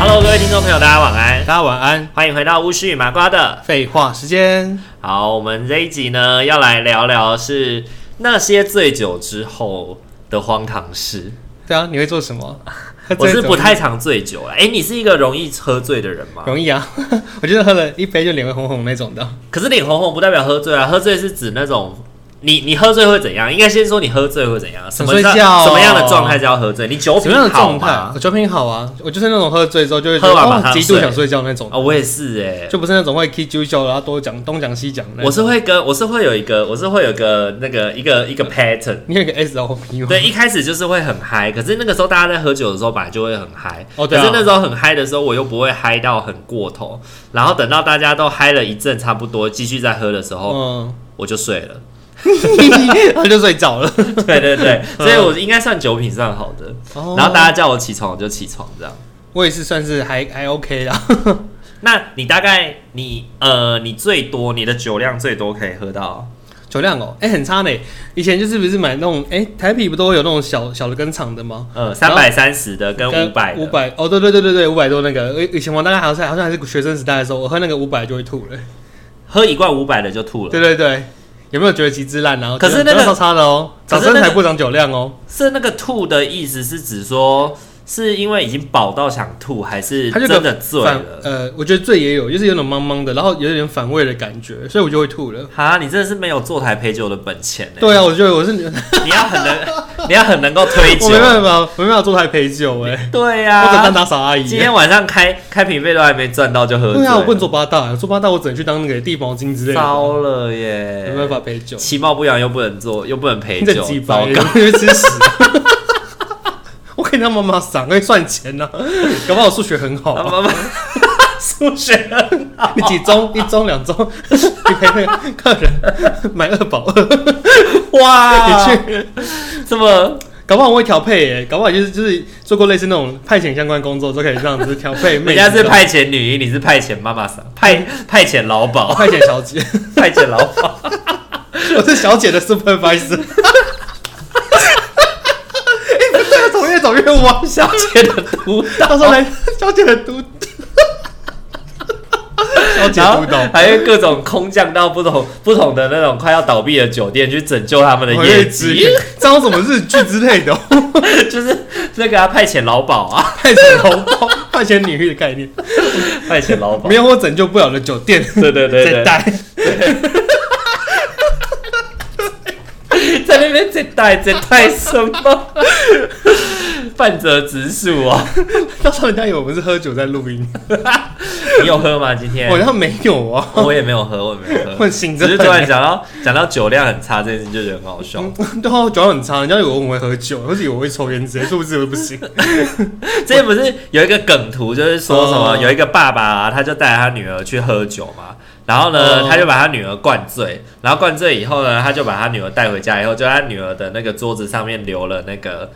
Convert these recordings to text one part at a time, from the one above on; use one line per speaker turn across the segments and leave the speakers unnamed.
Hello，各位听众朋友，大家晚安
大，家晚安。
欢迎回到巫师与麻瓜的。
废话时间，
好，我们这一集呢要来聊聊是那些醉酒之后的荒唐事。
对啊，你会做什 么？
我是不太常醉酒啦，哎、你是一个容易喝醉的人吗？
容易啊， 我觉得喝了一杯就脸会红红那种的。
可是脸红红不代表喝醉啊，喝醉是指那种你你喝醉会怎样？应该先说你喝醉会怎样，什么
睡
叫
觉啊
什么样的状态叫喝醉？你酒
什
品
么样的
好
状态
吗？？
我酒品好啊，我就是那种喝醉之后就会
喝完马
哦
上
极度
睡
想睡觉那种
啊、，我也是哎、
就不是那种会 K 酒酒然后多讲东讲西讲那种。
我是会跟我是会有一个我是会有一个那个一个一个 pattern。
你有一个 S O P 吗？
对，一开始就是会很嗨，可是那个时候大家在喝酒的时候本来就会很嗨，
哦
可
对啊
是那时候很嗨的时候，我又不会嗨到很过头，然后等到大家都嗨了一阵差不多，继续再喝的时候，
嗯，
我就睡了。
他就睡着了。
对对对，
嗯
所以我应该算酒品算好的。然后大
家，
家叫我起床，我就起床这样。
哦我也是算是还还 OK 啦。
那你大概你呃，你最多你的酒量最多可以喝到
酒量哦，哎、很差呢。以前就是不是买那种，哎、台啤不都会有那种小小的跟厂的吗？
呃三百三十的跟五百
五
的。
百哦，对对对对对，五百多那个。以以前我大概好像好像还是学生时代的时候，我喝那个五百就会吐
哦
了。
喝一罐五百的就吐了，
对对对，有没有觉得极致烂啊？
可是那个
酒量超差的哦，
可
早
是那
生
个
还不长酒量哦，
是那个吐的意思是指说是因为已经饱到想吐，还是
它就
真的醉
反
了？
呃，我觉得醉也有，就是有种茫茫的，然后有点反胃的感觉，所以我就会吐了。
哈，你真的是没有坐台陪酒的本钱呢、
对啊，我觉得 我是
你要很能，你 要很能够推酒
我。没办法，我没办法坐台陪酒哎、
对
我只能
呀、
当打扫阿
啊今
姨。啊
天晚上开开瓶费都还没赚到就喝醉
对
了，
啊，我不能做八大，做八大我只能去当那个地毛巾之类的。
糟了耶，
没办法陪酒，
其貌不扬又不能做，又不能陪
你在
哎酒
鸡，
糟
巴，
糕。
你会吃屎。 我可以让妈妈赏，可以赚钱呢、搞不好我数学很好、
啊
啊，
妈 妈数学
你几中、一中、两中，你陪那个客人买二保二，
哇，
你去，
这么
搞不好我会调配耶、搞不好就是就是做过类似那种派遣相关工作，都可以这样子调配妹
人家
子。
是派遣女医，你是派遣妈妈桑，派派遣劳保，
派遣 小姐，
派遣劳保。
我是小姐的 supervisor。哎、 不对啊，走越走越弯，小姐。
觉得督
他说
哦
来小姐的督，小姐
然后
督导
还有各种空降到不同不同的那种快要倒闭的酒店去拯救他们的
我
业
也知
绩，
这种什么日剧之类的哦，
就是那个、啊、派遣劳保啊，
派遣红包、派遣女婿的概念，
派遣劳保
没。有我拯救不了的酒店，
对对对
在
对，
待
在那边在带在带什么？ 半折直树哦，
到时候人家以为我们是喝酒在录音，
你有喝吗？今天
我像没有啊，
我也没有喝，我也没有
我
喝
很，醒着
哎只
呢。
是突然讲到讲到酒量很差这件事，就觉得很好笑。
嗯，对啊，酒量很差，人家以为我很会喝酒，或者以为我会抽烟之类，殊不知我 不行。
之前不是有一个梗图，就是说什么
嗯
有一个爸爸、啊，他就带他女儿去喝酒嘛，然后呢，
嗯
他就把他女儿灌醉，然后灌醉以后呢，他就把他女儿带回家，以后就在他女儿的那个桌子上面留了那个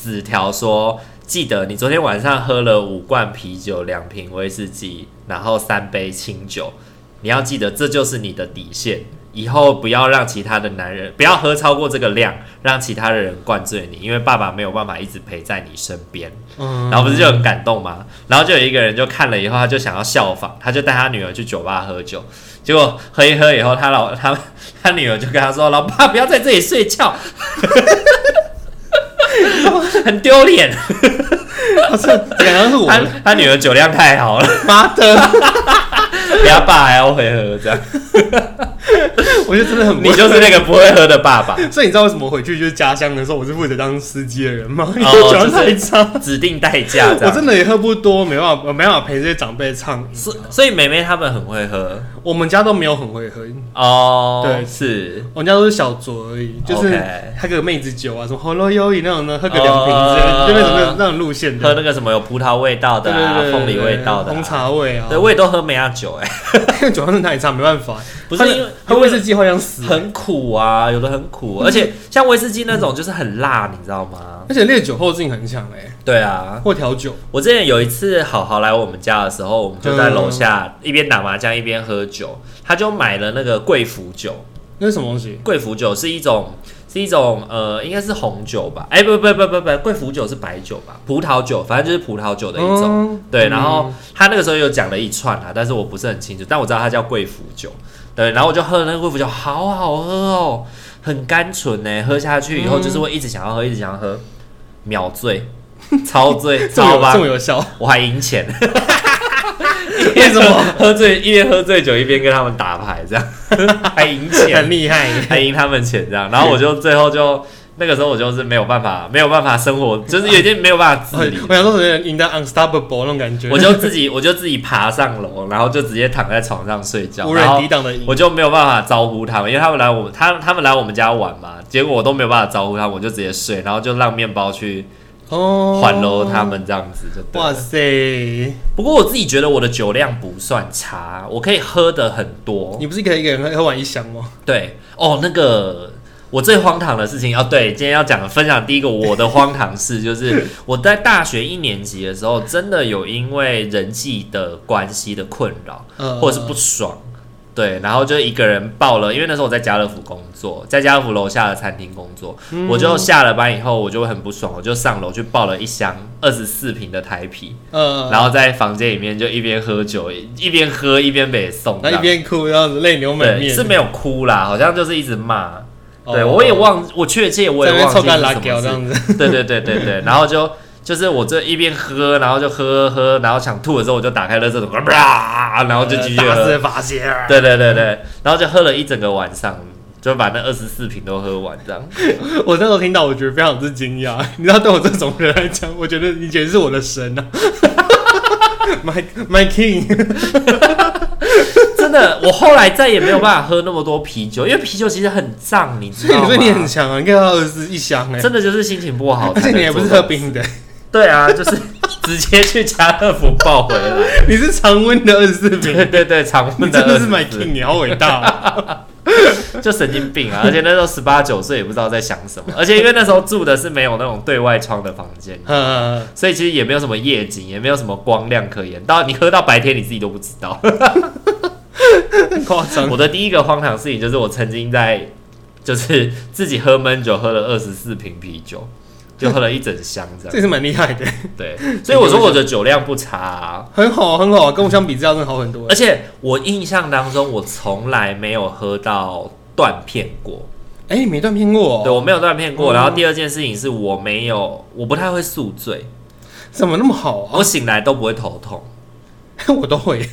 纸条说。记得你昨天晚上喝了五罐啤酒、两瓶威士忌，然后三杯清酒。你要记得，这就是你的底线。以后不要让其他的男人不要喝超过这个量，让其他的人灌醉你，因为爸爸没有办法一直陪在你身边。
嗯，
然后不是就很感动吗？然后就有一个人就看了以后，他就想要效仿，他就带他女儿去酒吧喝酒，结果喝一喝以后，他老他 他女儿就跟他说：“老爸，不要在这里睡觉， 很丢脸。
他哦是感觉是我
他”他女儿酒量太好了，
妈的，
比他爸还要会喝，这样
我觉得真的很不
你就是那个不会喝的爸爸，
所以你知道为什么我回去就是家乡的时候，我是负责当司机的人吗？因
哦就
为
是
酒量太差。
指定代驾这
我真
样。
的也喝不多，没办法，我没办法陪这些长辈唱。
所所以妹妹他们很会喝，
我们家都没有很会喝，
哦，
对
是
我们家都是小酌而已，就是
OK
喝个妹子酒啊，什么红罗优饮那种的，喝个两瓶之类的，
哦
就那种那种那种路线
喝
的，
那个什么有葡萄味道的
对
啊，
对对对
凤梨
对
味道的啊，
红茶味啊，
对，我也都喝梅亚酒哎，
酒上是奶茶没办法，
不是因为
喝威士忌好像死，
很苦啊，有的很苦，而且像威士忌那种就是很辣，你知道吗？
而且烈酒后劲很强哎，
对啊，
或调酒，
我之前有一次好好来我们家的时候，我们就在楼下一边打麻将一边喝酒，他就买了那个贵腐酒，
那是什么东西？
贵腐酒是一种是一种呃，应该是红酒吧？哎、不不不不不，贵腐酒是白酒吧？葡萄酒，反正就是葡萄酒的一种。
嗯
对，然后他那个时候有讲了一串啊，但是我不是很清楚，但我知道它叫贵腐酒。对，然后我就喝了那个贵腐酒，好好喝哦，很甘醇呢，喝下去以
嗯
后就是会一直想要喝，一直想要喝，秒 醉，超醉，
这
超
么有这
吧
么，有效，
我还赢钱，
为什么？
喝醉一边喝醉酒一边跟他们打牌， 这样还赢钱
很，厉害，
还赢他们钱这样，然后我就最后就那个时候我就是没有办法，没有办法生活，就是有点没有办法
我
自 理，
我想说，有点赢得 unstoppable 那种感觉，
我就自己我就自己爬上楼，然后就直接躺在床上睡觉，
无
然
人
后
抵挡的赢，
我就没有办法招呼他们，因为他们来我们他他们来我们家玩嘛，结果我都没有办法招呼他们，我就直接睡，然后就让面包去
哦
缓揉他。们这样子就对
哇
了。
塞，
不过我自己觉得我的酒量不算差，我可以喝的很多。
你不是可以一个人喝喝完一箱吗？
对哦，那个我最荒唐的事情哦，对，今天要讲的分享第一个我的荒唐事，就是我在大学一年级的时候，真的有因为人际的关系的困扰，
呃
或者是不爽。对，然后就一个人报了，因为那时候我在家乐福工作，在家乐福楼下的餐厅工作，
嗯
我就下了班以后，我就会很不爽，我就上楼去报了一箱二十四瓶的台啤，
呃，
然后在房间里面就一边喝酒，一边喝一边被送，
然后一边哭，这样子泪流满
对，
面。
是没有哭啦，好像就是一直骂。
哦
对，我也忘，我确切我
在
也
那
忘记
边臭
是
干拉
什
屌这
么
样子。
事。对对对对 对，然后就就是我这一边喝，然后就喝喝，然后想吐的时候我就打开了这种， 啪，然后就继续
大
喝
师。发泄，啊
对对对对，然后就喝了一整个晚上，就把那二十四瓶都喝完这样。
我那时候听到，我觉得非常之惊讶。 你知道，对我这种人来讲， 我觉得你简直是我的神啊 ，my my king。
真的，我后来再也没有办法喝那么多啤酒，因为啤酒其实很胀，你知
所以
道
你
吗？
说你很强啊，你看到二十一箱哎，
真的就是心情不好，
而且你也不是喝。冰的，
对啊，就是直接去家乐福抱回来。
你是常温的二 十四瓶，
对对对，常
你
温
真的是 my
24
king，你好伟大啊。
就神经病啊！而且那时候十八九岁也不知道在想什么，而且因为那时候住的是没有那种对外窗的房间，
呃，
所以其实也没有什么夜景，也没有什么光亮可言。到你喝到白天，你自己都不知道。
很夸张。
我的第一个荒唐事情就是我曾经在就是自己喝闷酒，喝了二十四瓶啤酒，就喝了一整箱这
这
样。
也是蛮厉害的，
对，所以我说我的酒量不差、啊。
很好，很好，跟我相比之下真的好很多
而。且我印象当中，我从来没有喝到断片过。
哎、你没断片过、
对
哦，
我没有断片
嗯
过。然后第二件事情是我没有，我不太会宿醉，
怎么那么好啊？
我醒来都不会头痛。
我都会，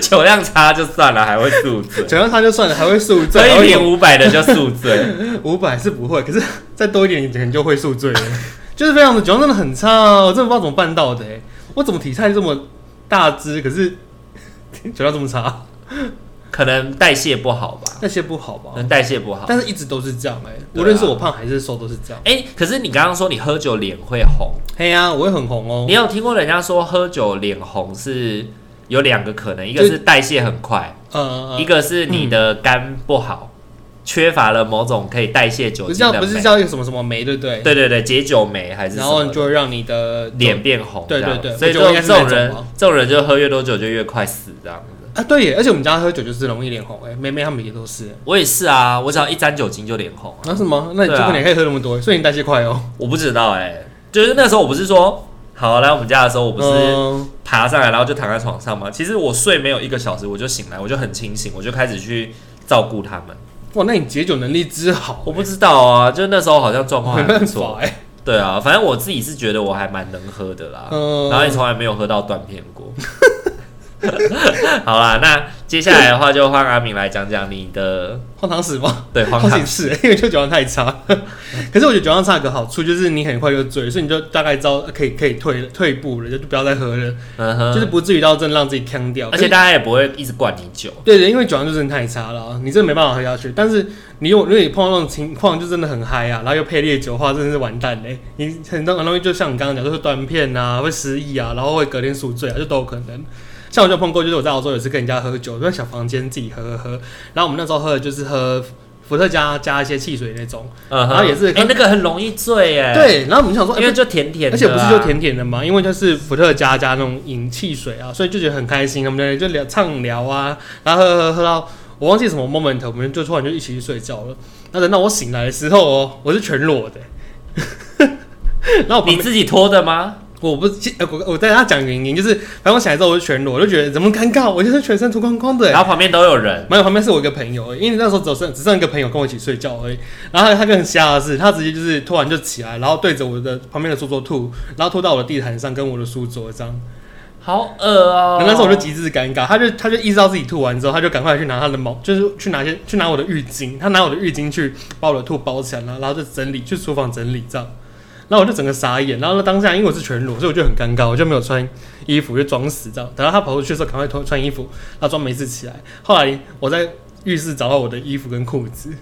酒量差就算了，还会宿 醉。
酒量差就算了，还会宿醉，
喝
还
一
会
瓶五百的就宿醉，
五百是不会，可是再多一点，你可能就会宿醉了。 就是非常的酒量真的很差、哦，我真的不知道怎么办到的、哎，我怎么体态这么大只，可是 酒量这么差，
可能代谢不好吧，
那些不好
可
吧？
能代谢不好。
但是一直都是这样哎、
对啊
无论是我胖还是瘦都是这样。
哎、可是你刚刚说你喝酒脸会红，
嘿呀、我会很红哦
你。有听过人家说喝酒脸红是有两个可能，一个
就是
代谢很快，
呃
一，个是你的肝不好，缺乏了某种可以代谢酒
不是
精
叫
的
不是
酶。
叫一个什么什么酶，对不对？
对对对，解酒酶还是什
然
么
后
的
你就会让你的
脸变红，
对
这样
对对
所以
我
这
觉得我
种
应该
这
是那
种
种
人
啊，
这种人就喝越多酒就越快死这样子。
啊，对耶，而且我们家喝酒就是容易脸红，哎，妹妹她们也都是。
我也是啊，我只要一沾酒精就脸红啊。
那、什么？那你
对
结
啊
果你可以喝那么多，所以你代谢快哦。
我不知道哎、就是那时候我不是说好来我们家的时候，我不是
嗯
爬上来然后就躺在床上嘛。其实我睡没有一个小时我就醒来，我就很清醒，我就开始去照顾他们。
哇，那你解酒能力之好，
我不知道啊，就那时候好像状况
没
还不
办
错
法。哎。
对啊，反正我自己是觉得我还蛮能喝的啦，
嗯
然后也从来没有喝到断片过。 好啦，那接下来的话就换阿明来讲讲你的
荒唐嗯史吗？
对荒
好
唐
几。次，因为就酒量太差。可是我觉得酒量差有个好处就是你很快就醉，所以你就大概知道呃可以可以退了退步了，就不要再喝了，
嗯
就是
哼，
不至于到真的让自己呛掉。
而且大家也不会一直灌你酒。
对对，因为酒量就真的太差了啊，你真的没办法喝下去。但是你有，如果你碰到那种情况，就真的很嗨啊，然后又配烈酒的话，真的是完蛋嘞、欸你很多很容易就像你刚刚讲，就是断片啊，会失忆啊，然后会隔天宿醉啊，就都有可能。像我就碰过，就是我在澳洲有一次跟人家喝酒，就在小房间自己喝喝喝，然后我们那时候喝的就是喝伏特加加一些汽水那种，
嗯
然
哼，
后也是
哎、那个很容易醉耶。，
对，然后我们就想说，哎
因为就甜甜的、啊
而且不是就。甜甜的嘛，因为就是伏特加加那种饮汽水啊，所以就觉得很开心。我们两个人就聊畅聊啊，然后喝喝喝喝到我忘记什么 moment，我们就突然就一起去睡觉了。那等到我醒来的时候哦，我是全裸的、 然后我
你
旁边
自己脱的吗？
我不记呃我我在他讲原因，就是反正我醒来之后我就全裸，我就觉得怎么尴尬，我就是全身脱光光的、欸
然后旁边都有人。
没有，旁边是我一个朋友而已，因为那时候只有剩只剩一个朋友跟我一起睡觉而已。然后他他就很瞎的是，他直接就是突然就起来，然后对着我的旁边的书桌吐，然后吐到我的地毯上跟我的书桌这样。
好恶哦、
然后那时候我就极致尴尬，他就他就意识到自己吐完之后，他就赶快去拿他的毛，就是去拿些去拿我的浴巾，他拿我的浴巾去把我的吐包起来，然后然后就整理去厨房整理这样。然后我就整个傻眼，然后呢当下因为我是全裸，所以我就很尴尬，我就没有穿衣服，就装死这样。等到他跑出去的时候，赶快脱穿衣服，然后装没事起来。后来我在浴室找到我的衣服跟裤子，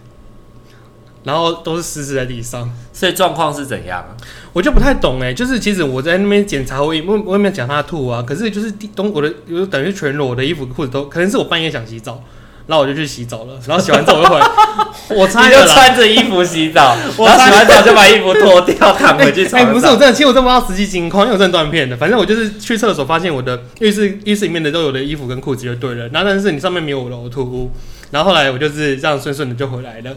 然后都是湿湿在地上。
所以状况是怎样？
我就不太懂哎、就是其实我在那边检查，我也我我也没有讲他吐啊，可是就是地东我的我等于全裸，我的衣服裤子都，可能是我半夜想洗澡，然后我就去洗澡了，然后洗完澡我就回来， 我
你
猜
就
的啦。
穿着衣服洗澡，然后
我猜
洗完澡就把衣服脱掉，躺回去床
哎、
上。
不是我真的，其实我真不知道实际情况，因为我真的断片的。反正我就是去厕所发现我的浴室浴室里面的都有我的衣服跟裤子就对了，然后但是你上面没有我的呕吐物，然后后来我就是这样顺顺的就回来了。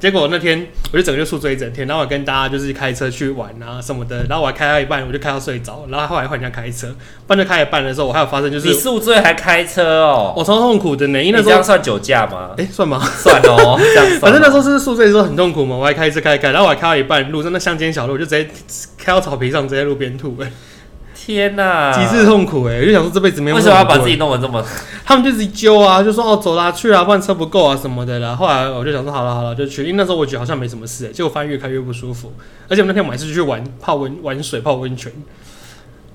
结果那天我就整个就宿醉一整天，然后我跟大家就是开车去玩啊什么的，然后我还开到一半我就开到睡着，然后后来换人家开车，半就开一半的时候，我还有发生就
你
是
宿醉还开车哦、
我超痛苦的呢，因
你
为那
这
时
样
候
算酒驾吗？
哎、算吗？
算哦，这样算。
反正那时候是宿醉的时候很痛苦嘛，我还开车开开，然后我还开到一半路，在那乡间小路，我就直接开到草皮上，直接在路边吐、哎。
天哪、
极致痛苦哎、我就想说这辈子没有
啊为什么要把自
己？
己弄得这么？
他们就自己揪啊，就说哦走啦去啊，不然车不够啊什么的啦。后来我就想说好了好了就去，因为那时候我觉得好像没什么事、欸，结果发现越开越不舒服。而且我们那天晚上是去玩泡温玩水泡温泉，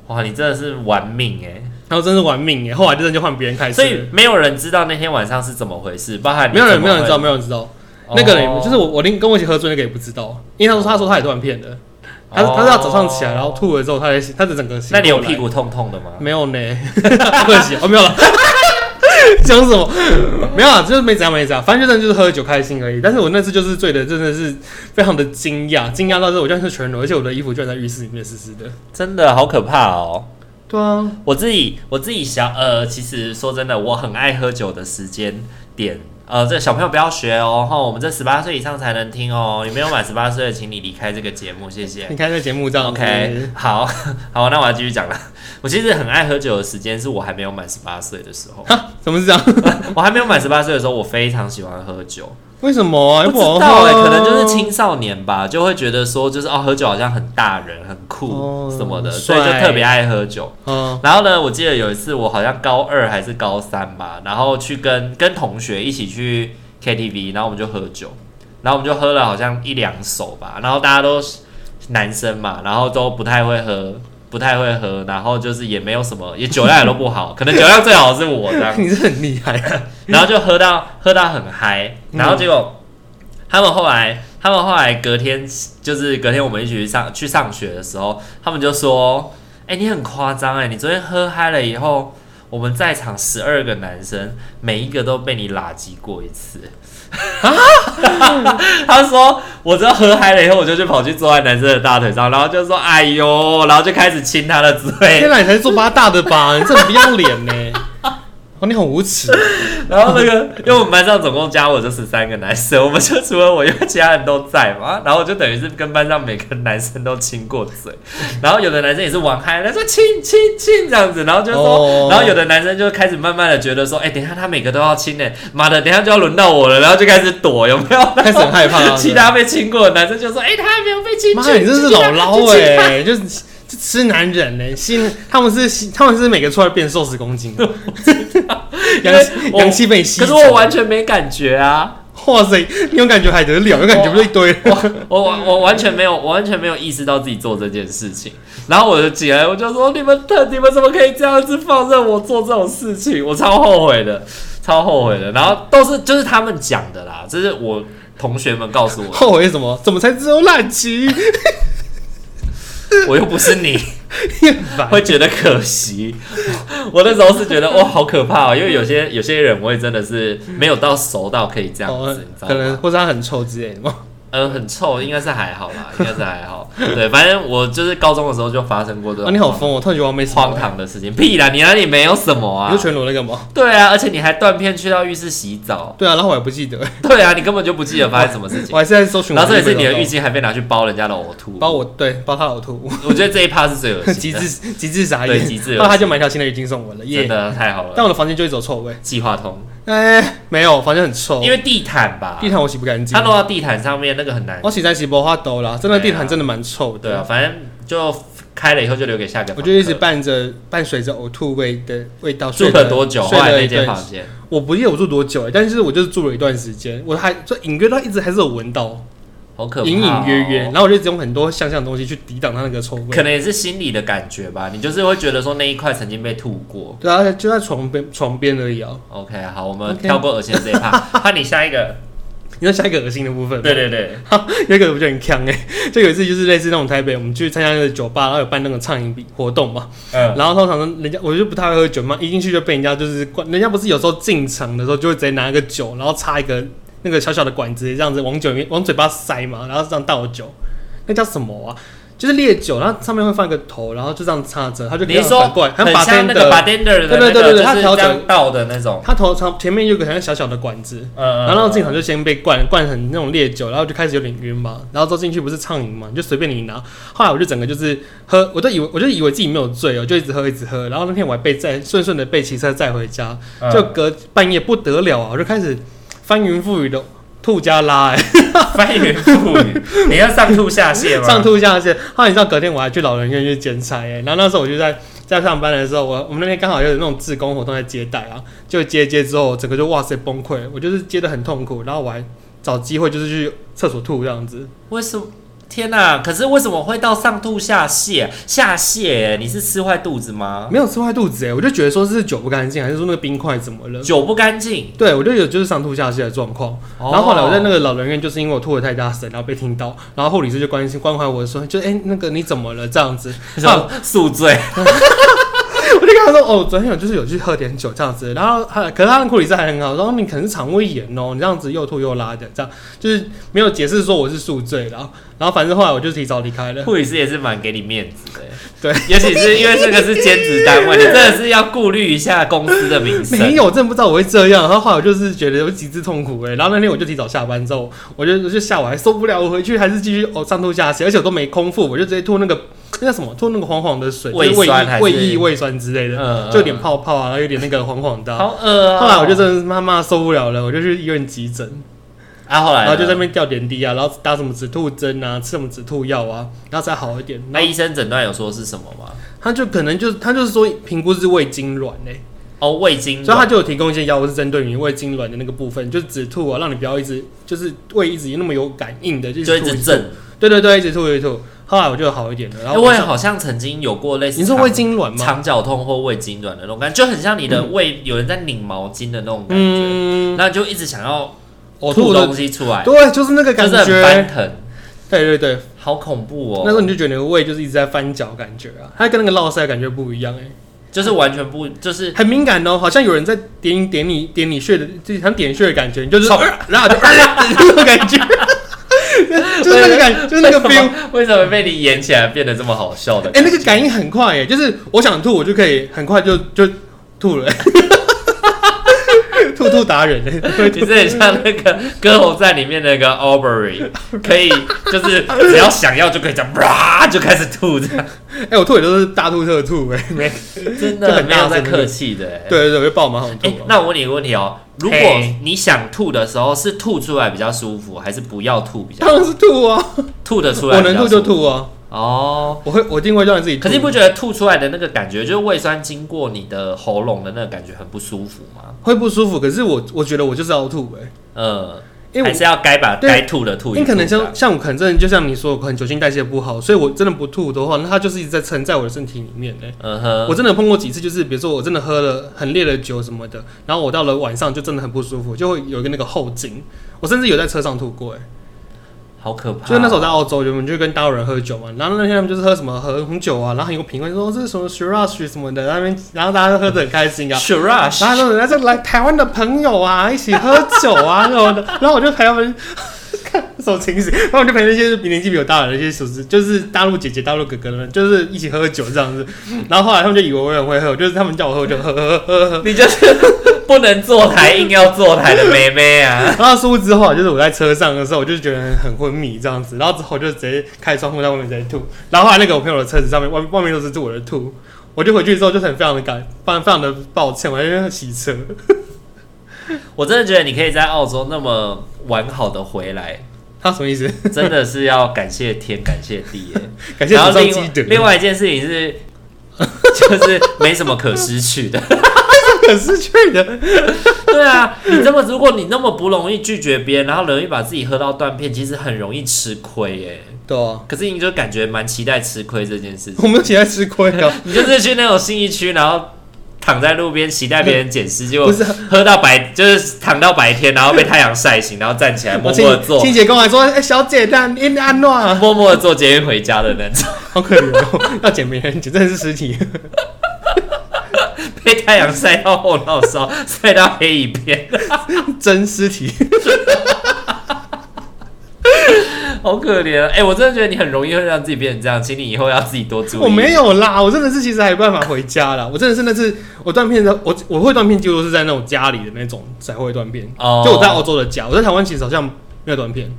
哇，你真的是玩命哎、
然后真是玩命哎、后来真的就换别人开车
所，以没有人知道那天晚上是怎么回事，包含你
没有人
怎
没
么
有人知道
会
没有人知道，那个人
哦
就是我我跟跟我一起喝醉那个也不知道，因为他说他说他也断片的，他他是他早上起来然后吐了之后他才醒他的整个醒
哦那
过来。
你有屁股痛痛的吗？
没有呢， 客气哦，没有了。 讲什么？没有啊，就是没怎样没怎样，反正就真的就是喝酒开心而已。但是我那次就是醉的，真的是非常的惊讶，惊讶到是我竟然是全裸，而且我的衣服居然在浴室里面湿湿的。
真的好可怕哦！
对啊，
我自己我自己想，呃，其实说真的，我很爱喝酒的时间点。呃，这个小朋友不要学哦，哈，我们这十八岁以上才能听哦。你没有满十八岁的，请你离开这个节目，谢谢
你。看这节目这样哎子
OK，好 好，那我要继续讲了。我其实很爱喝酒的时间是我还没有满十八岁的时 候，
哈，怎么是这样？
我还没有满十八岁的时候，我非常喜欢喝酒。
为什么啊？又
不知
好喝
道哎、可能就是青少年吧，就会觉得说，就是哦，喝酒好像很大人、很酷
哦
什么的，所以就特别爱喝酒。
嗯
然后呢，我记得有一次我好像高二还是高三吧，然后去跟跟同学一起去 KTV，然后我们就喝酒，然后我们就喝了好像一两手吧，然后大家都是男生嘛，然后都不太会喝。不太会喝，然后就是也没有什么，也酒量也都不好，可能酒量最好是我这样。
你是很厉害啊！
然后就喝到喝到很嗨，然后结果、他们后来他们后来隔天就是隔天我们一起去上去上学的时候，他们就说：“哎、你很夸张哎，你昨天喝嗨了以后，我们在场十二个男生每一个都被你拉击过一次。” 他说：“我只要喝嗨了以后，我就去跑去坐在男生的大腿上，然后就说‘哎呦’，然后就开始亲他的嘴
天，哪，你才是做八大的吧？你这很不要脸呢、哦，你很无耻。
然后那个，因为我们班上总共加我就十三个男生，我们就除了我，因为其他人都在嘛，然后我就等于是跟班上每个男生都亲过嘴，然后有的男生也是玩嗨，他说亲亲亲这样子，然后就说，
哦
然后有的男生就开始慢慢的觉得说，哎、等一下他每个都要亲呢、妈的，等一下就要轮到我了，然后就开始躲，有没有？
开始很害怕
然后其他被亲过的男生就说，哎、他还没有被亲，
妈，你真是老捞
哎、
哎、就是 这吃男人呢、新他们是吸他们是每个出来变瘦十公斤的，
因
阳
为
气
我
阳气被吸
可
走。
是我完全没感觉啊，
哇塞，你有感觉还得了？有感觉不是一堆人？
我我
嗯
我完全没有，我完全没有意识到自己做这件事情。然后我就起来，我就说：“你们特，你们怎么可以这样子放任我做这种事情？我超后悔的，超后悔的。”然后都是就是他们讲的啦，这是我同学们告诉 我的，
后悔什么？怎么才只有烂 鸡？
我又不是 你。
很烦
会觉得可惜。我那时候是觉 得哇，好可怕哦，因为有些有些人我也真的是没有到熟到可以这样
哦
子，你知道
可能
吗？
或者他很臭之类的吗？
嗯，很臭，应该是还好啦，应该是还好。对，反正我就是高中的时候就发生过这
啊，
种
你好疯哦！突然觉得我没什么
荒
欸，
唐的事情。屁啦，你那里没有什么啊
你就？全裸那个吗？
对啊，而且你还断片去到浴室洗澡。
对啊，然后我还不记得欸，
对啊，你根本就不记得发生什么事情
我。还是在搜寻我
然
的
后
那
这
个
也是
照片。
你的浴巾还被拿去包人家的呕吐，
包我对包他呕 吐，
我觉得这一趴是最恶
极
心的
致，极致傻
对
眼，
极致
然后他就买一条新的浴巾送我了，
真
耶！
的太好
但
了。
我的房间就一直有臭味，
计划通，
哎，没有，房间很臭，
因为地毯吧，
地毯哦我洗不干净
它，落到地毯上面，那个很难。
我洗在洗不花兜啦，真的
对啊
地毯真的蛮臭
对啊，
的，
反正就开了以后就留给下个房
我
客。
就一直伴着伴随着呕吐味的味道
住
睡
了多久？
睡
后来
了
那
一
间
段
房，间，
我不记得我住多久欸，但是我就是住了一段时间，我还就隐约到一直还是有闻到，
好可怕、哦，
隐隐约约，然，后我就一直用很多像像的东西去抵挡它那个臭味
可。能也是心理的感觉吧。你就是会觉得说那一块曾经被吐过。
对啊，就在床边床边而已啊。
OK，好，我们
OK
跳过恶心的这一 趴，看你下一个。
你知道下一个恶心的部分吗？
对对对，
有一个我就很呛哎、欸，就有一次就是类似那种台北，我们去参加那个酒吧，然后有办那种畅饮比活动嘛，
嗯，
然后通常人家我就不太会喝酒嘛，一进去就被人家就是灌，人家不是有时候进场的时候就会直接拿一个酒，然后插一个那个小小的管子，这样子往酒里面往嘴巴塞嘛，然后这样倒酒，那叫什么啊？就是烈酒，然后上面会放一个头，然后就这样插着，他就
你是
反
说
过来，
很
把
像那个 bartender 的那个，
对对对对对
就
他
是
调
这样
整
倒的那种，
他头上前面有个很像小小的管子，
嗯，
然后那个
嗯
进场就先被灌灌成那种烈酒，然后就开始有点晕嘛，然后之后进去不是畅饮嘛，你就随便你拿。后来我就整个就是喝，我就以为我就以为自己没有醉哦，就一直喝一直喝。然后那天我还被载顺顺的被骑车载回家，
嗯
就隔半夜不得了啊，我就开始翻云覆雨的吐加拉、哎，
翻云覆雨， 你要上吐下泻吗？
上吐下泻。后来你知道隔天我还去老人院去兼差哎、然后那时候我就在在上班的时候，我我们那天刚好有那种志工活动在接待啊，就接接之后，整个就哇塞崩溃，我就是接的很痛苦，然后我还找机会就是去厕所吐这样子。
为什么？天呐、可是为什么会到上吐下泻？下泻耶、你是吃坏肚子吗？
没有吃坏肚子哎、我就觉得说是酒不干净，还是说那个冰块怎么了？
酒不干净。
对，我就有就是上吐下泻的状况。
哦
然后后来我在那个老人院，就是因为我吐的太大声，然后被听到，然后护理师就关心关怀我说，就哎、那个你怎么了这样子？然后
说 哦宿醉，
我就跟他说哦，昨天有就是有去喝点酒这样子。然后他可是他的护理师还很好，说哦你可能是肠胃炎哦，你这样子又吐又拉的，这样就是没有解释说我是宿醉啦。然后反正后来我就提早离 开了。
护理师也是蛮给你面子的。
对，
尤其是因为这个是兼职单位，你真的是要顾虑一下公司的名
没
声。
有，我真的不知道我会这样。然后后来我就是觉得我极致痛苦哎、然后那天我就提早下班之后，我就我就下午还受不了，我回去还是继续哦上吐下泻，而且我都没空腹，我就直接吐那个那叫什么，吐那个黄黄的水，就是
胃
胃
酸还
液
是
胃液胃酸之类的，
嗯
就有点泡泡啊，然后有点那个黄黄的啊、
好恶啊！
后来我就真的是妈妈受不了了，我就去医院急诊，
啊，后来
然
呢
后就在那边吊点滴啊，然后打什么止吐针啊，吃什么止吐药啊，然后才好一点。
那
然后
医生诊断有说是什么吗？
他就可能就他就是说评估是胃痉挛嘞，
哦，胃痉挛。
所以他就有提供一些药物是针对你胃痉挛的那个部分，就是止吐啊，让你不要一直就是胃一直那么有感应的，就
就一
吐
直
吐
震。
对对对，一直吐一直吐。后来我就好一点了，然
哎
后
我也
上
好像曾经有过类似
你是
肠
胃痉挛吗？
肠绞痛或胃痉挛的那种感觉，就很像你的胃有人在拧毛巾的那种感觉，
嗯，
那就一直想要
呕
吐
吐
东
的，
西出来，
对，就是那个
就
感
是很翻
觉。
腾，
对对对，
好恐怖哦！
那时候你就觉得你的胃就是一直在翻搅，感觉啊，它跟那个落塞的感觉不一样哎、
就是完全不，就是
很敏感哦，好像有人在点你点你点你穴的，就是像点穴的感觉，你就是
操
呃然后就呃那种感觉， 就是那个感，就是那个 feel，
为什么被你演起来变得这么好笑的？
哎、那个感应很快耶，就是我想吐，我就可以很快就就吐了， 吐吐达人耶，会
你
吐
是很像那个《歌喉战》里面那个 Aubrey，可以就是只要想要就可以这样，啪就开始吐这样，
哎、我吐也都是大吐特吐哎，没，
真
就
的
很
没
大
有在
声
客气的、欸。
对对对，我就爆满好吐
哎、
哦、
那我问你一个问题哦，如果
嘿
你想吐的时候是吐出来比较舒服，还是不要吐比较
当然是吐啊，
吐得出来？
我能吐就。吐啊，
哦。
我会我一定会让自己吐。
可是你不觉得吐出来的那个感觉，就是胃酸经过你的喉咙的那个感觉很不舒服吗？
会不舒服？可是我我觉得我就是要吐哎、
嗯，
因为
还
我
是要该把
对啊
该吐的吐一
因为
吐这
可
样。
能像像我可能真的就像你说，我可能酒精代谢不好，所以我真的不吐的话，那它就是一直在沉在我的身体里面哎、
嗯哼，
我真的碰过几次，就是比如说我真的喝了很烈的酒什么的，然后我到了晚上就真的很不舒服，就会有一个那个后劲。我甚至有在车上吐过、欸，
好可怕哦。
就是那时候我在澳洲，我们就跟大陆人喝酒嘛，然后那天他们就是喝什么喝红酒啊，然后很有品味，说这是什么 Shiraz 什么的，那边然后大家都喝得很开心啊。
Shiraz，
然后说人家是来台湾的朋友啊，一起喝酒啊什么的，然后我就陪他们 看什么情形，然后我就陪那些比年纪比我大的那些叔叔，就是大陆姐姐、大陆哥哥们，就是一起喝酒这样子。然后后来他们就以为我也很会喝，就是他们叫我喝我就喝喝喝喝。
你就是不能坐台，硬要坐台的妹妹啊！
然后殊不知后来就是我在车上的时候，我就觉得很昏迷这样子，然后之后我就直接开窗户在外面直接吐，然后后来那个我朋友的车子上面外外面都是我的吐，我就回去之后就是很非常的感，非常非常的抱歉，我还在洗车。
我真的觉得你可以在澳洲那么完好的回来，
他什么意思？
真的是要感谢天，感谢地耶。
感谢
然
手
后
上
另
积
外
德。
另外一件事情是， 就是没什么可失去的。
可失去的，
对啊，你这么如果你那么不容易拒绝别人，然后容易把自己喝到断片，其实很容易吃亏耶。
对啊，
可是你就感觉蛮期待吃亏这件事情，
我们有起来吃亏 啊，
你就是去那种信义区，然后。躺在路边期待别人捡尸，结果
不是啊
喝到白就是躺到白天，然后被太阳晒醒，然后站起来
我
默
啊清
默的坐，
清洁工还说：“哎、小姐，那你安诺啊，
默默的坐捷运回家的那种，
好可怜哦，要捡别人捡，真的是尸体。
被太阳晒到后脑勺， 晒到黑一片。
真尸体。
好可怜啊！哎、我真的觉得你很容易会让自己变成这样，请你以后要自己多注意。
我没，有啦，我真的是其实还有办法回家啦。我真的是那次我断片的，我我会断片，几乎都是在那种家里的那种才会断片。
哦
就我在澳洲的家，我在台湾其实好像没有断片，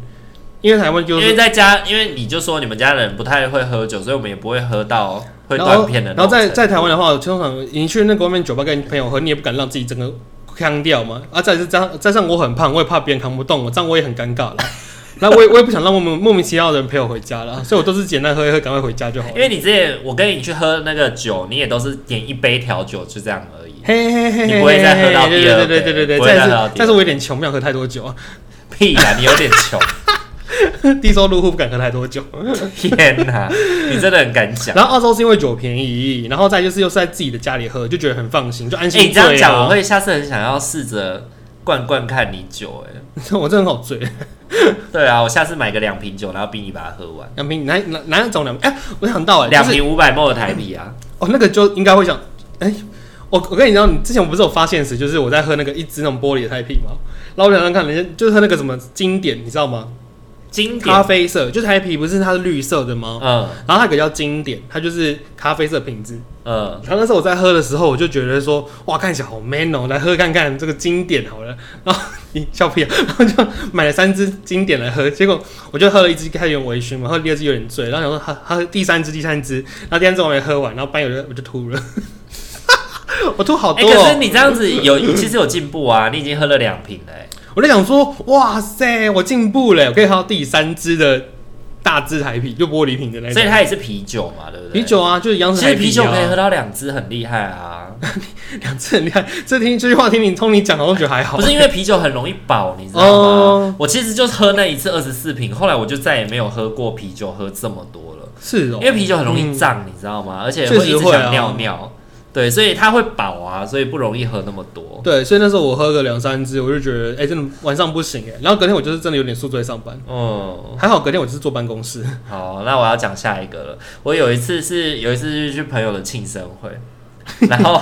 因为台湾就
因
是
为在家，因为你就说你们家人不太会喝酒，所以我们也不会喝到会
然
断
后
片的那
然后
种程度。
在在台湾的话，通常你去那个外面酒吧跟朋友喝，你也不敢让自己整个扛掉嘛。啊，再来是加上加上我很胖，我也怕别人扛不动我，这样我也很 尴尬了。那我也我也不想让莫名莫名其妙的人陪我回家了，所以我都是简单喝一喝，赶快回家就好
因
了。
为你之前我跟你去喝那个酒，你也都是点一杯调酒，就这样而已。
嘿嘿嘿嘿，
你不会再喝到
对
第
对
二
对
杯
对对对
不会
对，
再
再
喝到
是
第二
但是我有点穷，不想喝太多酒啊，
屁呀、你有点穷，
低收入户不敢喝太多酒。
天哪、你真的很敢讲。
然后澳洲是因为酒便宜，然后再就是又是在自己的家里喝，就觉得很放心，就安
哎、
心、啊
你这样讲，我，会下次很想要试着灌灌看你酒、
啊 我真的很好醉。
哎，对啊，我下次买个两瓶酒，然后逼你把它喝完，
两瓶哪哪哪种两瓶？哎、我想到哎、
两
就是
瓶五百 ml 的台币啊。
哦，那个就应该会想，哎、我我跟你讲，你之前我不是有发现时，就是我在喝那个一支那种玻璃的太平嘛，然后我想想看，人家就是喝那个什么经典，你知道吗？
经
咖
典，
啡色，就是太平不是它是绿色的吗？
嗯
然后它有个叫经典，它就是咖啡色瓶子。
嗯，
然后那时候我在喝的时候，我就觉得说，哇，看起来好 man 哦，来喝看看这个经典好了。然后你笑屁啊，然后就买了三支经典来喝，结果我就喝了一支开始有点微醺嘛，喝第二支有点醉，然后想说他他第三支第三支，然后第三支我没喝完，然后半夜我就我就吐了，我吐好
哎、
多、哦。
可是你这样子有，其实有进步啊，你已经喝了两瓶了、欸。
我就想说，哇塞，我进步了，我可以喝到第三支的大支台啤，就玻璃瓶的那
所以
种。
它也是啤酒嘛，对不对？
啤，酒啊，就是央视
其
台
实
啤、啊、
啤酒可以喝到两支，很厉害 啊。
两次很厉害。 这听这句话听你通你讲，我都觉得还好。
不是因为啤酒很容易饱，你知道吗？
哦
我其实就是喝那一次二十四瓶，后来我就再也没有喝过啤酒喝这么多了，
是哦，
因为啤酒很容易胀，你知道吗？而且
确
会一直
实会啊
想尿尿，对，所以它会饱啊，所以不容易喝那么多。
对，所以那时候我喝个两三支，我就觉得，哎、真的晚上不行哎、然后隔天我就是真的有点宿醉上班，
嗯，
还好隔天我就是坐办 公室，。
好，那我要讲下一个了。我有一次是有一次是去朋友的庆生会， 然后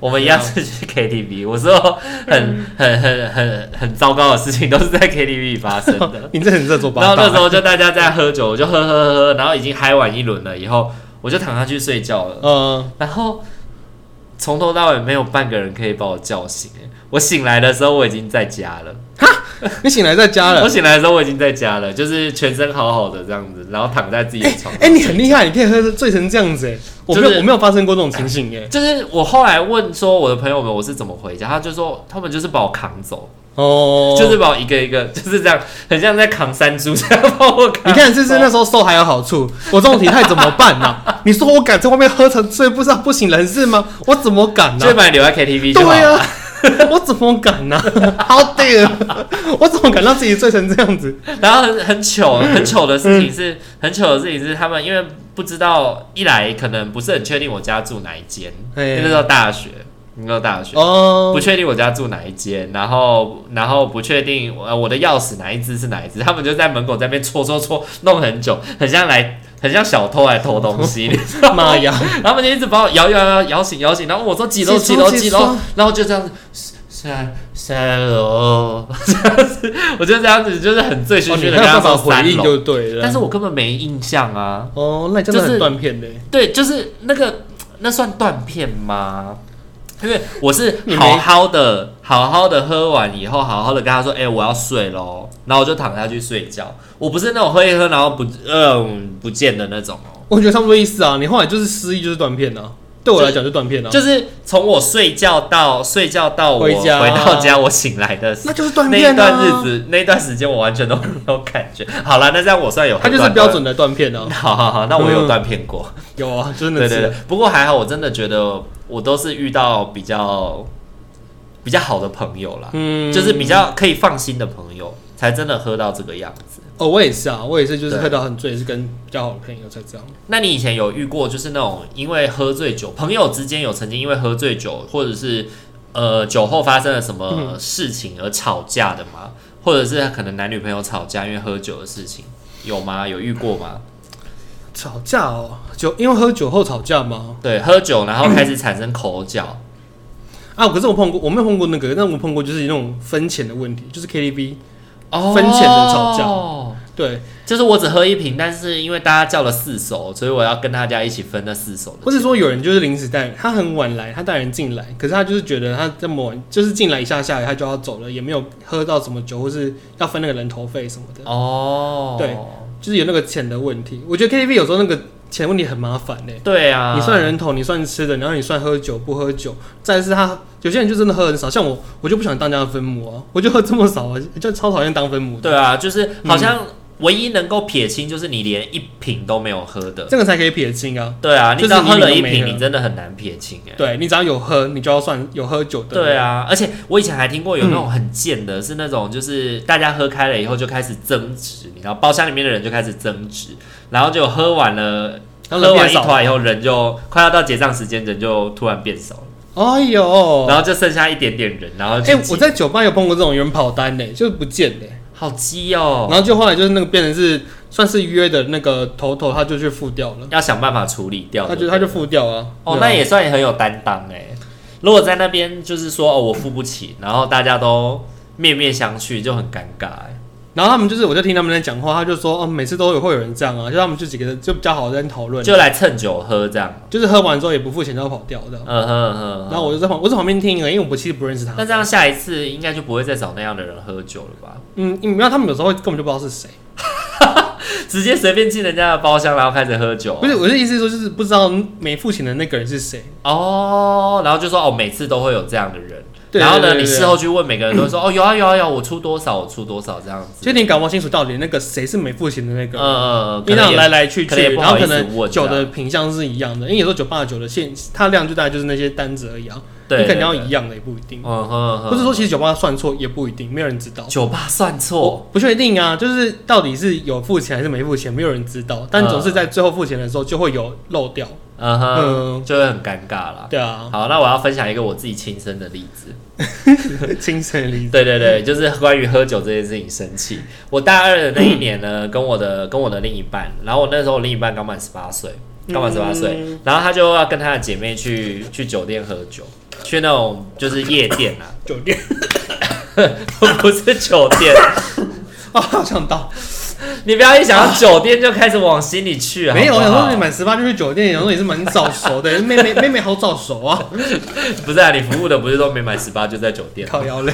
我们一样是去 KTV。我说很很很很很糟糕的事情都是在 KTV 里发生的
你这很热做
然
八
后那
大
时，候就大家在喝酒，我就喝喝喝，然后已经嗨完一轮了以后，我就躺下去睡觉了。
呃，
然后从头到尾没有半个人可以把我叫醒、欸我醒来的时候我已经在家了。
你醒来在家
我
了，
醒来的时候我已经在家了，就是全身好好的这样子，然后躺在自己的
哎
床上
哎、你很厉害，你可以喝醉成这样子哎、我没有、
就是
我没有发生过这种 情形哎、
就是我后来问说我的朋友们我是怎么回家，他就说他们就是把我扛走，
哦，
就是把我一个一个就是这样，很像在扛山猪 这样把我扛。
你看，这是那时候瘦还有好处，我这种体态怎么办呢、啊 你说我敢在外面喝成醉，不知道不省人事吗？我怎么敢呢、
就把你留在 KTV 就好
对啊
了。
呀、 我怎么敢呢、啊 好 h我 怎么敢让自己醉成这样子？
然后很很糗，
嗯
很糗的事情是，很糗的事情是，他们因为不知道，一来可能不是很确定我家住哪一间，因
哎
为那时候大学，那时候大学。
哦
不，确定我家住哪一间，然后然后不确定呃我的钥匙哪一只是哪一只，他们就在门口在那边搓搓搓，弄很久，很像来很像小偷来偷东西，你 知道吗
妈呀！
然后他们就一直把我摇摇摇摇醒摇醒，然后我说几楼
起
几
床
楼几
起床
楼，然后就这样子三三楼，这样子， 我就这样子就是很醉醺醺
哦，你
的
没
跟
有
他
办法
说
回
三
应
楼，
就对啊了。
但是我根本没印象啊。
哦，那你真的
就是
很断片嘞。
对，就是那个那算断片吗？因为我是
你没
好好的、好好的喝完以后，好好的跟他说：“哎、我要睡喽。”然后我就躺下去睡觉。我不是那种喝一喝然后不嗯不见的那种哦、
我觉得差不多意思啊。你后来就是失忆，就是断片啊。对我来讲就断片啊，
就是从我睡觉到睡觉到我
回
回
家
到家，我醒来的
那就是断
那
片
一
啊。
段日子，那一段时间我完全都 没有感觉。好了，那这样我算有，
它就是标。准的断片啊。
好好好，那我有断片过。
有啊，真的
对
是。
对对，不过还好，我真的觉得我都是遇到比较比较好的朋友啦，
嗯，
就是比较可以放心的朋友，才真的喝到这个样子。
哦，我也是啊，我也是，就是
对
喝到很醉，也是跟比较好的朋友才这样。
那你以前有遇过就是那种因为喝醉酒，朋友之间有曾经因为喝醉酒或者是呃酒后发生了什么
嗯
事情而吵架的吗？或者是可能男女朋友吵架因为喝酒的事情有吗？有遇过吗？
吵架哦，酒因为喝酒后吵架吗？
对，喝酒然后开始产生口角，
啊，可是我碰过，我没有碰过那个，但我碰过就是那种分钱的问题，就是 KTV。
哦
分钱的吵架对，
就是我只喝一瓶，但是因为大家叫了四手，所以我要跟大家一起分那四手的。
或是说有人就是临时带，他很晚来，他带人进来，可是他就是觉得他这么晚，就是进来一下下来他就要走了，也没有喝到什么酒，或是要分那个人头费什么的，
哦，
对就是有那个钱的问题。我觉得 KTV 有时候那个钱问题很麻烦呢、
对啊，
你算人头，你算吃的，然后你算喝酒不喝酒，再是他有些人就真的喝很少，像我，我就不想当人家的分母啊，我就喝这么少啊，就超讨厌当分母的，
对啊，就是好像唯一能够撇清，就是你连一瓶都没有喝的。
这个才可以撇清啊。
对啊，你
就是
只要喝了一
你一瓶
瓶，
都没喝
你真的很难撇清哎。
对你只要有喝，你就要算有喝酒的。
对啊，而且我以前还听过有那种很贱
嗯
的，是那种就是大家喝开了以后就开始争执，你知道包厢里面的人就开始争执，然后就喝完了，
然后人
喝完
变
一
少
团以后人就快要到结账时间，人就突然变少了。
哎呦，
然后就剩下一点点人，然后
哎、
就挤
我在酒吧有碰过这种有人跑单的、就是不见的、
好鸡哦，
然后就后来就是那个变成是算是约的那个头头，他就去付掉了，
要想办法处理掉。
他
对
就
不
他
对
就付掉啊。
哦，
对啊
那也算很有担当哎。如果在那边就是说哦我付不起，然后大家都面面相觑，就很尴尬哎。
然后他们就是我就听他们在讲话，他就说哦，每次都有会有人这样啊，就他们就几个人就比较好在讨论，
就来蹭酒喝这样。
就是喝完之后也不付钱就要跑掉的。
嗯哼哼。
然哦后我就在旁我在旁边听了，因为我其实不认识他。
那这样下一次应该就不会再找那样的人喝酒了吧？
嗯，因为他们有时候根本就不知道是谁，
直接随便进人家的包厢，然后开始喝酒。啊
不是我的意思是说就是不知道没付钱的那个人是谁。
哦，然后就说哦，每次都会有这样的人。
对
然后呢，
对对对
你事后去问每个人都会 说哦，有啊有啊有啊，我出多少我出多少这样子。
就你搞不清楚到底那个谁是没付钱的那个人
嗯嗯，嗯
因为那种来来去
可能也
去，
不
然
好
后
意
可
思问
能酒的品相是一样的，因为有时候酒吧的酒的限，它量就大概就是那些单子而已啊，
对，
你可能
对
要
对
一样的也不一定，
嗯哼哼，
或者说其实酒吧算错也不一定，没有人知道，
酒吧算错，
不确定啊，就是到底是有付钱还是没付钱，没有人知道，但总是在最后付钱的时候就会有漏掉，
嗯哼，
嗯，
就会很尴尬啦。
对啊，
好，那我要分享一个我自己亲身的例子。
精神离
对对对，就是关于喝酒这件事情生气。我大二的那一年呢， 跟我的跟我的另一半，然后我那时候我另一半刚满十八岁，刚满十八岁，
嗯
然后他就要跟他的姐妹去去酒店喝酒，去那种就是夜店啊，
酒 店
不是酒店。
啊，好 想到
你不要一想到酒店就开始往心里去，
没有，
好
我
不
想
好
说你满十八就去酒店，有时候也是蛮早熟的， 妹妹妹妹好早熟啊，
不是啊，你服务的不是都没满十八就在酒店吗
靠腰嘞，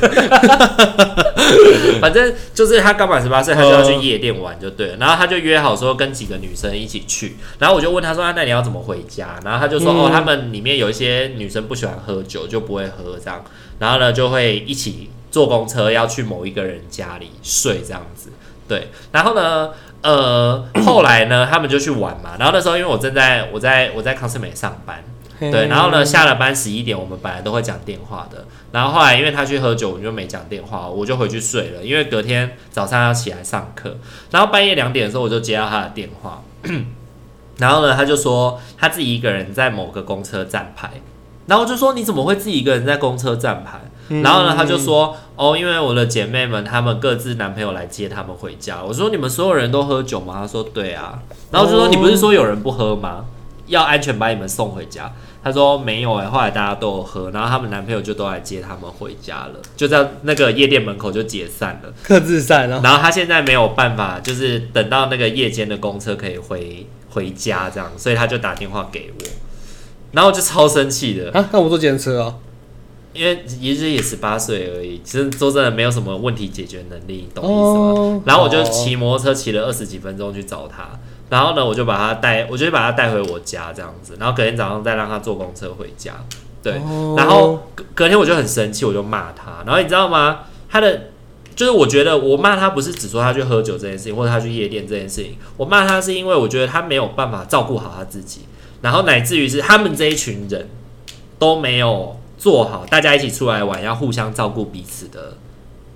反正就是他刚满十八岁，他就要去夜店玩就对了。然后他就约好说跟几个女生一起去。然后我就问他说：“啊，那你要怎么回家？”然后他就说：“
嗯
哦，他们里面有一些女生不喜欢喝酒，就不会喝这样。然后呢，就会一起坐公车要去某一个人家里睡这样子。对，然后呢，呃，后来呢，他们就去玩嘛。然后那时候因为我正在我在我在康斯美上班，对，然后呢，下了班十一点，我们本来都会讲电话的。然后后来因为他去喝酒，我们就没讲电话，我就回去睡了。因为隔天早上要起来上课，然后半夜两点的时候我就接到他的电话，然后呢，他就说他自己一个人在某个公车站牌。然后我就说你怎么会自己一个人在公车站牌？
嗯
然后呢，他就说哦，因为我的姐妹们她们各自男朋友来接她们回家。我说你们所有人都喝酒吗？他说对啊。然后我就说
哦
你不是说有人不喝吗？要安全把你们送回家。他说没有哎、后来大家都有喝，然后她们男朋友就都来接她们回家了，就在那个夜店门口就解散了。
克制赛，然后
然后他现在没有办法，就是等到那个夜间的公车可以回回家这样，所以他就打电话给我，然后我就超生气的，
啊，那我坐检车哦，
因为也是也十八岁而已，其实说真的没有什么问题解决能力，懂意思吗？
哦，
然后我就
好
骑摩托车骑了二十几分钟去找他，然后呢，我就把他带，我就把他带回我家这样子，然后隔天早上再让他坐公车回家。对，
哦
然后隔隔天我就很生气，我就骂他。然后你知道吗？他的就是我觉得我骂他不是只说他去喝酒这件事情，或者他去夜店这件事情，我骂他是因为我觉得他没有办法照顾好他自己，然后乃至于是他们这一群人都没有做好大家一起出来玩要互相照顾彼此的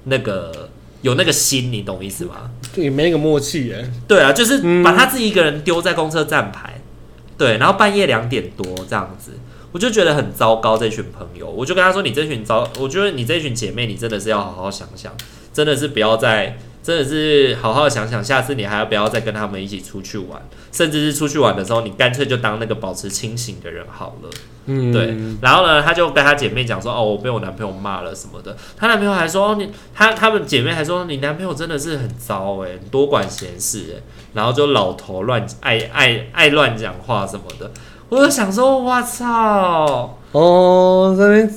那个有那个心，你懂意思吗？
也没那个默契耶，
对啊，就是
嗯
把他自己一个人丢在公车站牌，对，然后半夜两点多这样子，我就觉得很糟糕。这群朋友，我就跟他说：“你这群糟，我觉得你这群姐妹，你真的是要好好想想，真的是不要再，真的是好好想想，下次你还要不要再跟他们一起出去玩，甚至是出去玩的时候，你干脆就当那个保持清醒的人好了。”
嗯，
对，然后呢，她就跟她姐妹讲说，哦，我被我男朋友骂了什么的。她男朋友还说，哦，你她她们姐妹还说，你男朋友真的是很糟哎、你多管闲事哎、然后就老头乱爱爱爱乱讲话什么的。我就想说，哇操，
哦，这边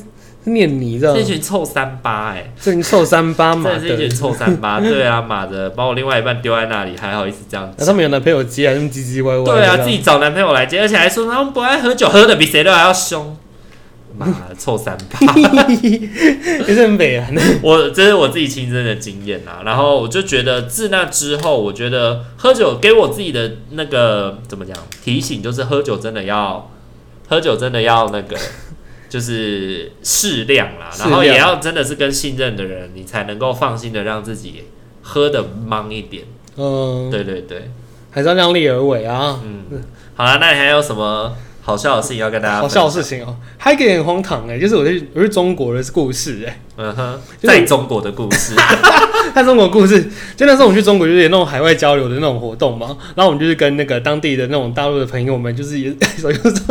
念你这
这
样，
群臭三八哎、
这群臭三八
真
嘛
的是一群
的，
臭三八，
嗯
对啊，妈的，把我另外一半丢在那里，还好意思这样
那
讲。
他们有男朋友接还是唧唧歪歪的这
对
样？
啊，自己找男朋友来接，而且还说他们不爱喝酒，喝的比谁都还要凶。妈的，臭三八！
也是很北啊，
我这是我自己亲身的经验啦，然后我就觉得自那之后，我觉得喝酒给我自己的那个怎么讲提醒，就是喝酒真的要喝酒真的要那个 就是适量啦，
适
然
量
后也要真的是跟信任的人，你才能够放心的让自己喝的忙一点。
嗯，
对对对，
还是要量力而为啊。
嗯，好啦，那你还有什么好笑的事情要跟大家？
好笑的，事情哦、还有一个很荒唐哎、就是我去我去中国的故事哎、
嗯哼，
就是
在中国的故 事，
看中国故事，就那时候我们去中国就是有那种海外交流的那种活动嘛，然后我们就是跟那个当地的那种大陆的朋友们，就是也 哎手就说，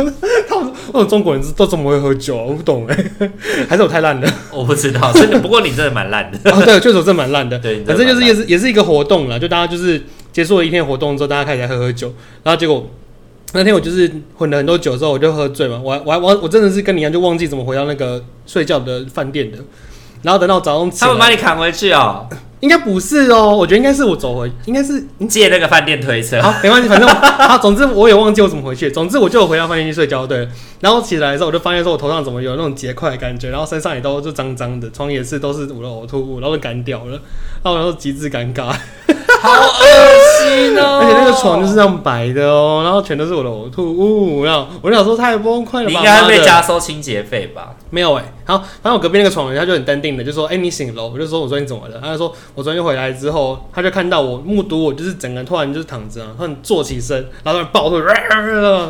他们说哦中国人都怎么会喝酒啊，我不懂哎、 还是我太烂 了。
我不知道，真的，不过你真的蛮 烂的，
哦，对，确实我真的蛮烂的。
对，你真
反
的
正就
蛮烂
是也是也是一个活动啦，就大家就是结束了一天活动之后，大家开始来喝喝酒，然后结果那天我就是混了很多酒之后，我就喝醉嘛，我还我还我我真的是跟你一样，就忘记怎么回到那个睡觉的饭店的。然后等到早上起
他们把
来，
你扛回去哦。
应该不是哦，我觉得应该是我走回，应该是
借那个饭店推车，
好，没关系，反正我好，总之我也忘记我怎么回去，总之我就有回到饭店去睡觉，对。然后起来的时候，我就发现说我头上怎么有那种结块的感觉，然后身上也都就脏脏的，床也是都是我的呕吐物，然后就干掉了，然后然后极致尴尬，
好恶心哦！
而且那个床就是，那样白的哦，然后全都是我的呕吐物，然后我就想说太崩溃了吧，
你应该
妈
会
的
被加收清洁费吧？
没有哎、然后反正我隔壁那个床人他就很淡定的就说：“哎、你醒了哦？”我就说：“我昨天怎么了？”他就说：“我昨天回来之后，他就看到我目睹我就是整个人突然就是躺着、啊，突然坐起身，然后突然 暴吐，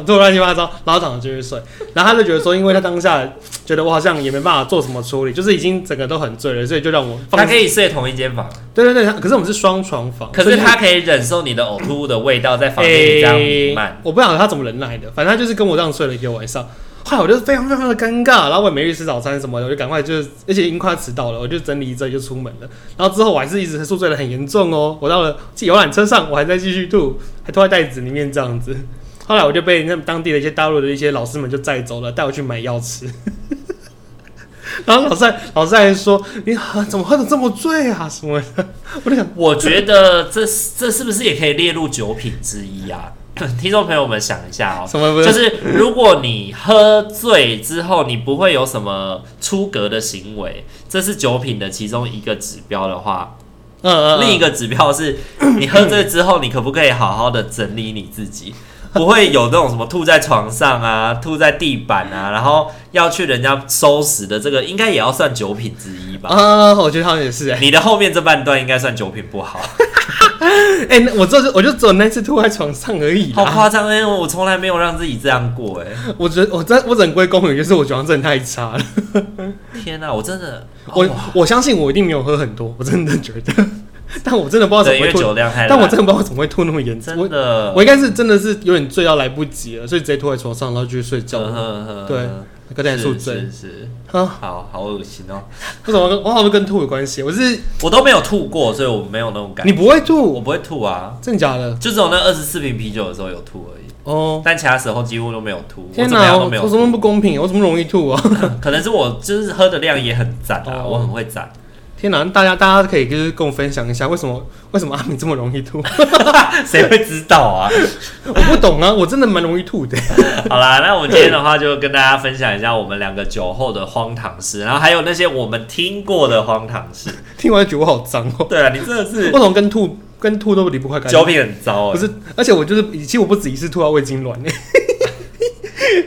做乱七八糟，然后躺着继续睡。然后他就觉得说，因为他当下觉得我好像也没办法做什么处理，就是已经整个都很醉了，所以就让我放
他。可以睡同一间房，
对对对，他可是我们是双床房，
可
所
是
以
他可以忍受你的呕吐物的味道在房间里
诶，
这样弥漫。
哎我不晓得他怎么忍耐的，反正他就是跟我这样睡了一个晚上。后来我就非常非常的尴尬，然后我也没去吃早餐什么的，我就赶快就是，而且已经快要迟到了，我就整理一阵就出门了。然后之后我还是一直宿醉的很严重哦，我到了游览车上，我还在继续吐，还吐在袋子里面这样子。 后来我就被那当地的一些大陆的一些老师们就载走了，带我去买药吃。 然后老师还老师还说：“你喝怎么喝的这么醉啊？什么的？”我就想，
我觉得这这是不是也可以列入酒品之一啊？ 听众朋友们想一下哦，
什么不？
就是是如果你喝醉之后，你不会有什么出格的行为，这是酒品的其中一个指标的话，
嗯嗯，
另一
个
个指标 是你喝醉之后，你可不可以好好的整理你自己？不会有那种什么吐在床上啊、吐在地板啊，然后要去人家收拾的，这个应该也要算酒品之一吧？
啊，我觉得好像也是哎、
你的后面这半段应该算酒品不好，
啊 哎、那我这就我就只有那次吐在床上而已
好
啦。
夸张！因为我从来没有让自己这样过、欸，
我觉得我在我整归公园就是我酒量真的太差了。
天哪、我真的， 哦
我
哇
我相信我一定没有喝很多，我真的觉得， 但我真的不知道怎
对，因
么会
为
吐，
酒量太烂，
但我真的不知道怎么会吐那么严重。
真的，
我我应该是真的是有点醉到来不及了，所以直接吐在床上，然后就去睡觉
嗯
了。
哼哼
对
哼
跟点宿
是
醉
是是，
啊，
好好恶心哦！
为什么跟我好像跟吐有关系？我是
我都没有吐过，所以我没有那种感
你
觉。
不会
我
吐，
不会吐啊，
真的假的？
就只有那二十四瓶啤酒的时候有吐而已，
哦，
但其他时候几乎都没有吐，我
天
怎么样
哪，
都
我
没有
我怎么不
吐。
公平？我怎么容易吐啊？
可能是我就是喝的量也很赞啊，
哦
我很会赞。
天哪，大家大家可以就是跟我分享一下，为什么为什么阿明这么容易吐？
谁会知道啊？
我不懂啊，我真的蛮容易吐的。
好啦，那我们今天的话就跟大家分享一下我们两个酒后的荒唐事，然后还有那些我们听过的荒唐事。
听完就觉得我好脏哦，
对啊，你真的
为
是
什么跟吐跟吐都离不开干
酒
净？
品很糟啊
不。是，而且我就是，其实我不止一次吐到胃痉挛 欸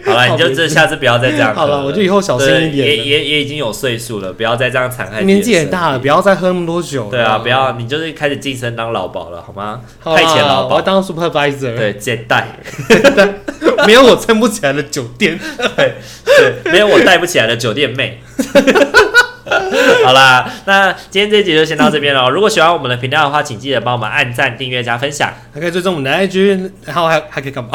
好了，你就这下次不要再这样喝。
好了我就以后小心一点
对也
了
也也已经有岁数了，不要再这样残害。
年纪也大了，，不要再喝那么多酒了。
哎对啊，不要，你就是开始晋升当老鸨了，好吗？
好啦
派遣老
我要
鸨，
当 supervisor，
对接待，
没有我撑不起来的酒店。
对，没有我带不起来的酒店妹。 好啦，那今天这集就先到这边了。如果喜欢我们的频道的话，请记得帮我们按赞、订阅、加分享。
还可以追踪我们的 IG，然后还还可以干嘛？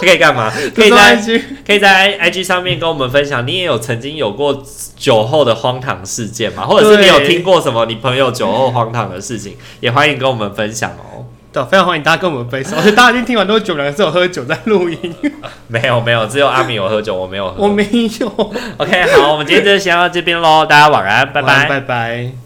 可以干 嘛？可
追
以
踪
在
IG，
可以在 IG 上面跟我们分享，你也有曾经有过酒后的荒唐事件吗？或者是你
对
有听过什么你朋友酒后荒唐的事情，也欢迎跟我们分享哦。
对，啊非常欢迎大家跟我们分享。而且大家已经听完多久？我们两个是有喝酒在 录音，
没有没有，只有阿米有喝酒，我没有喝。
我没有。
OK，好，我们今天就先到这边喽，大家晚安，拜
晚
拜
安。拜拜。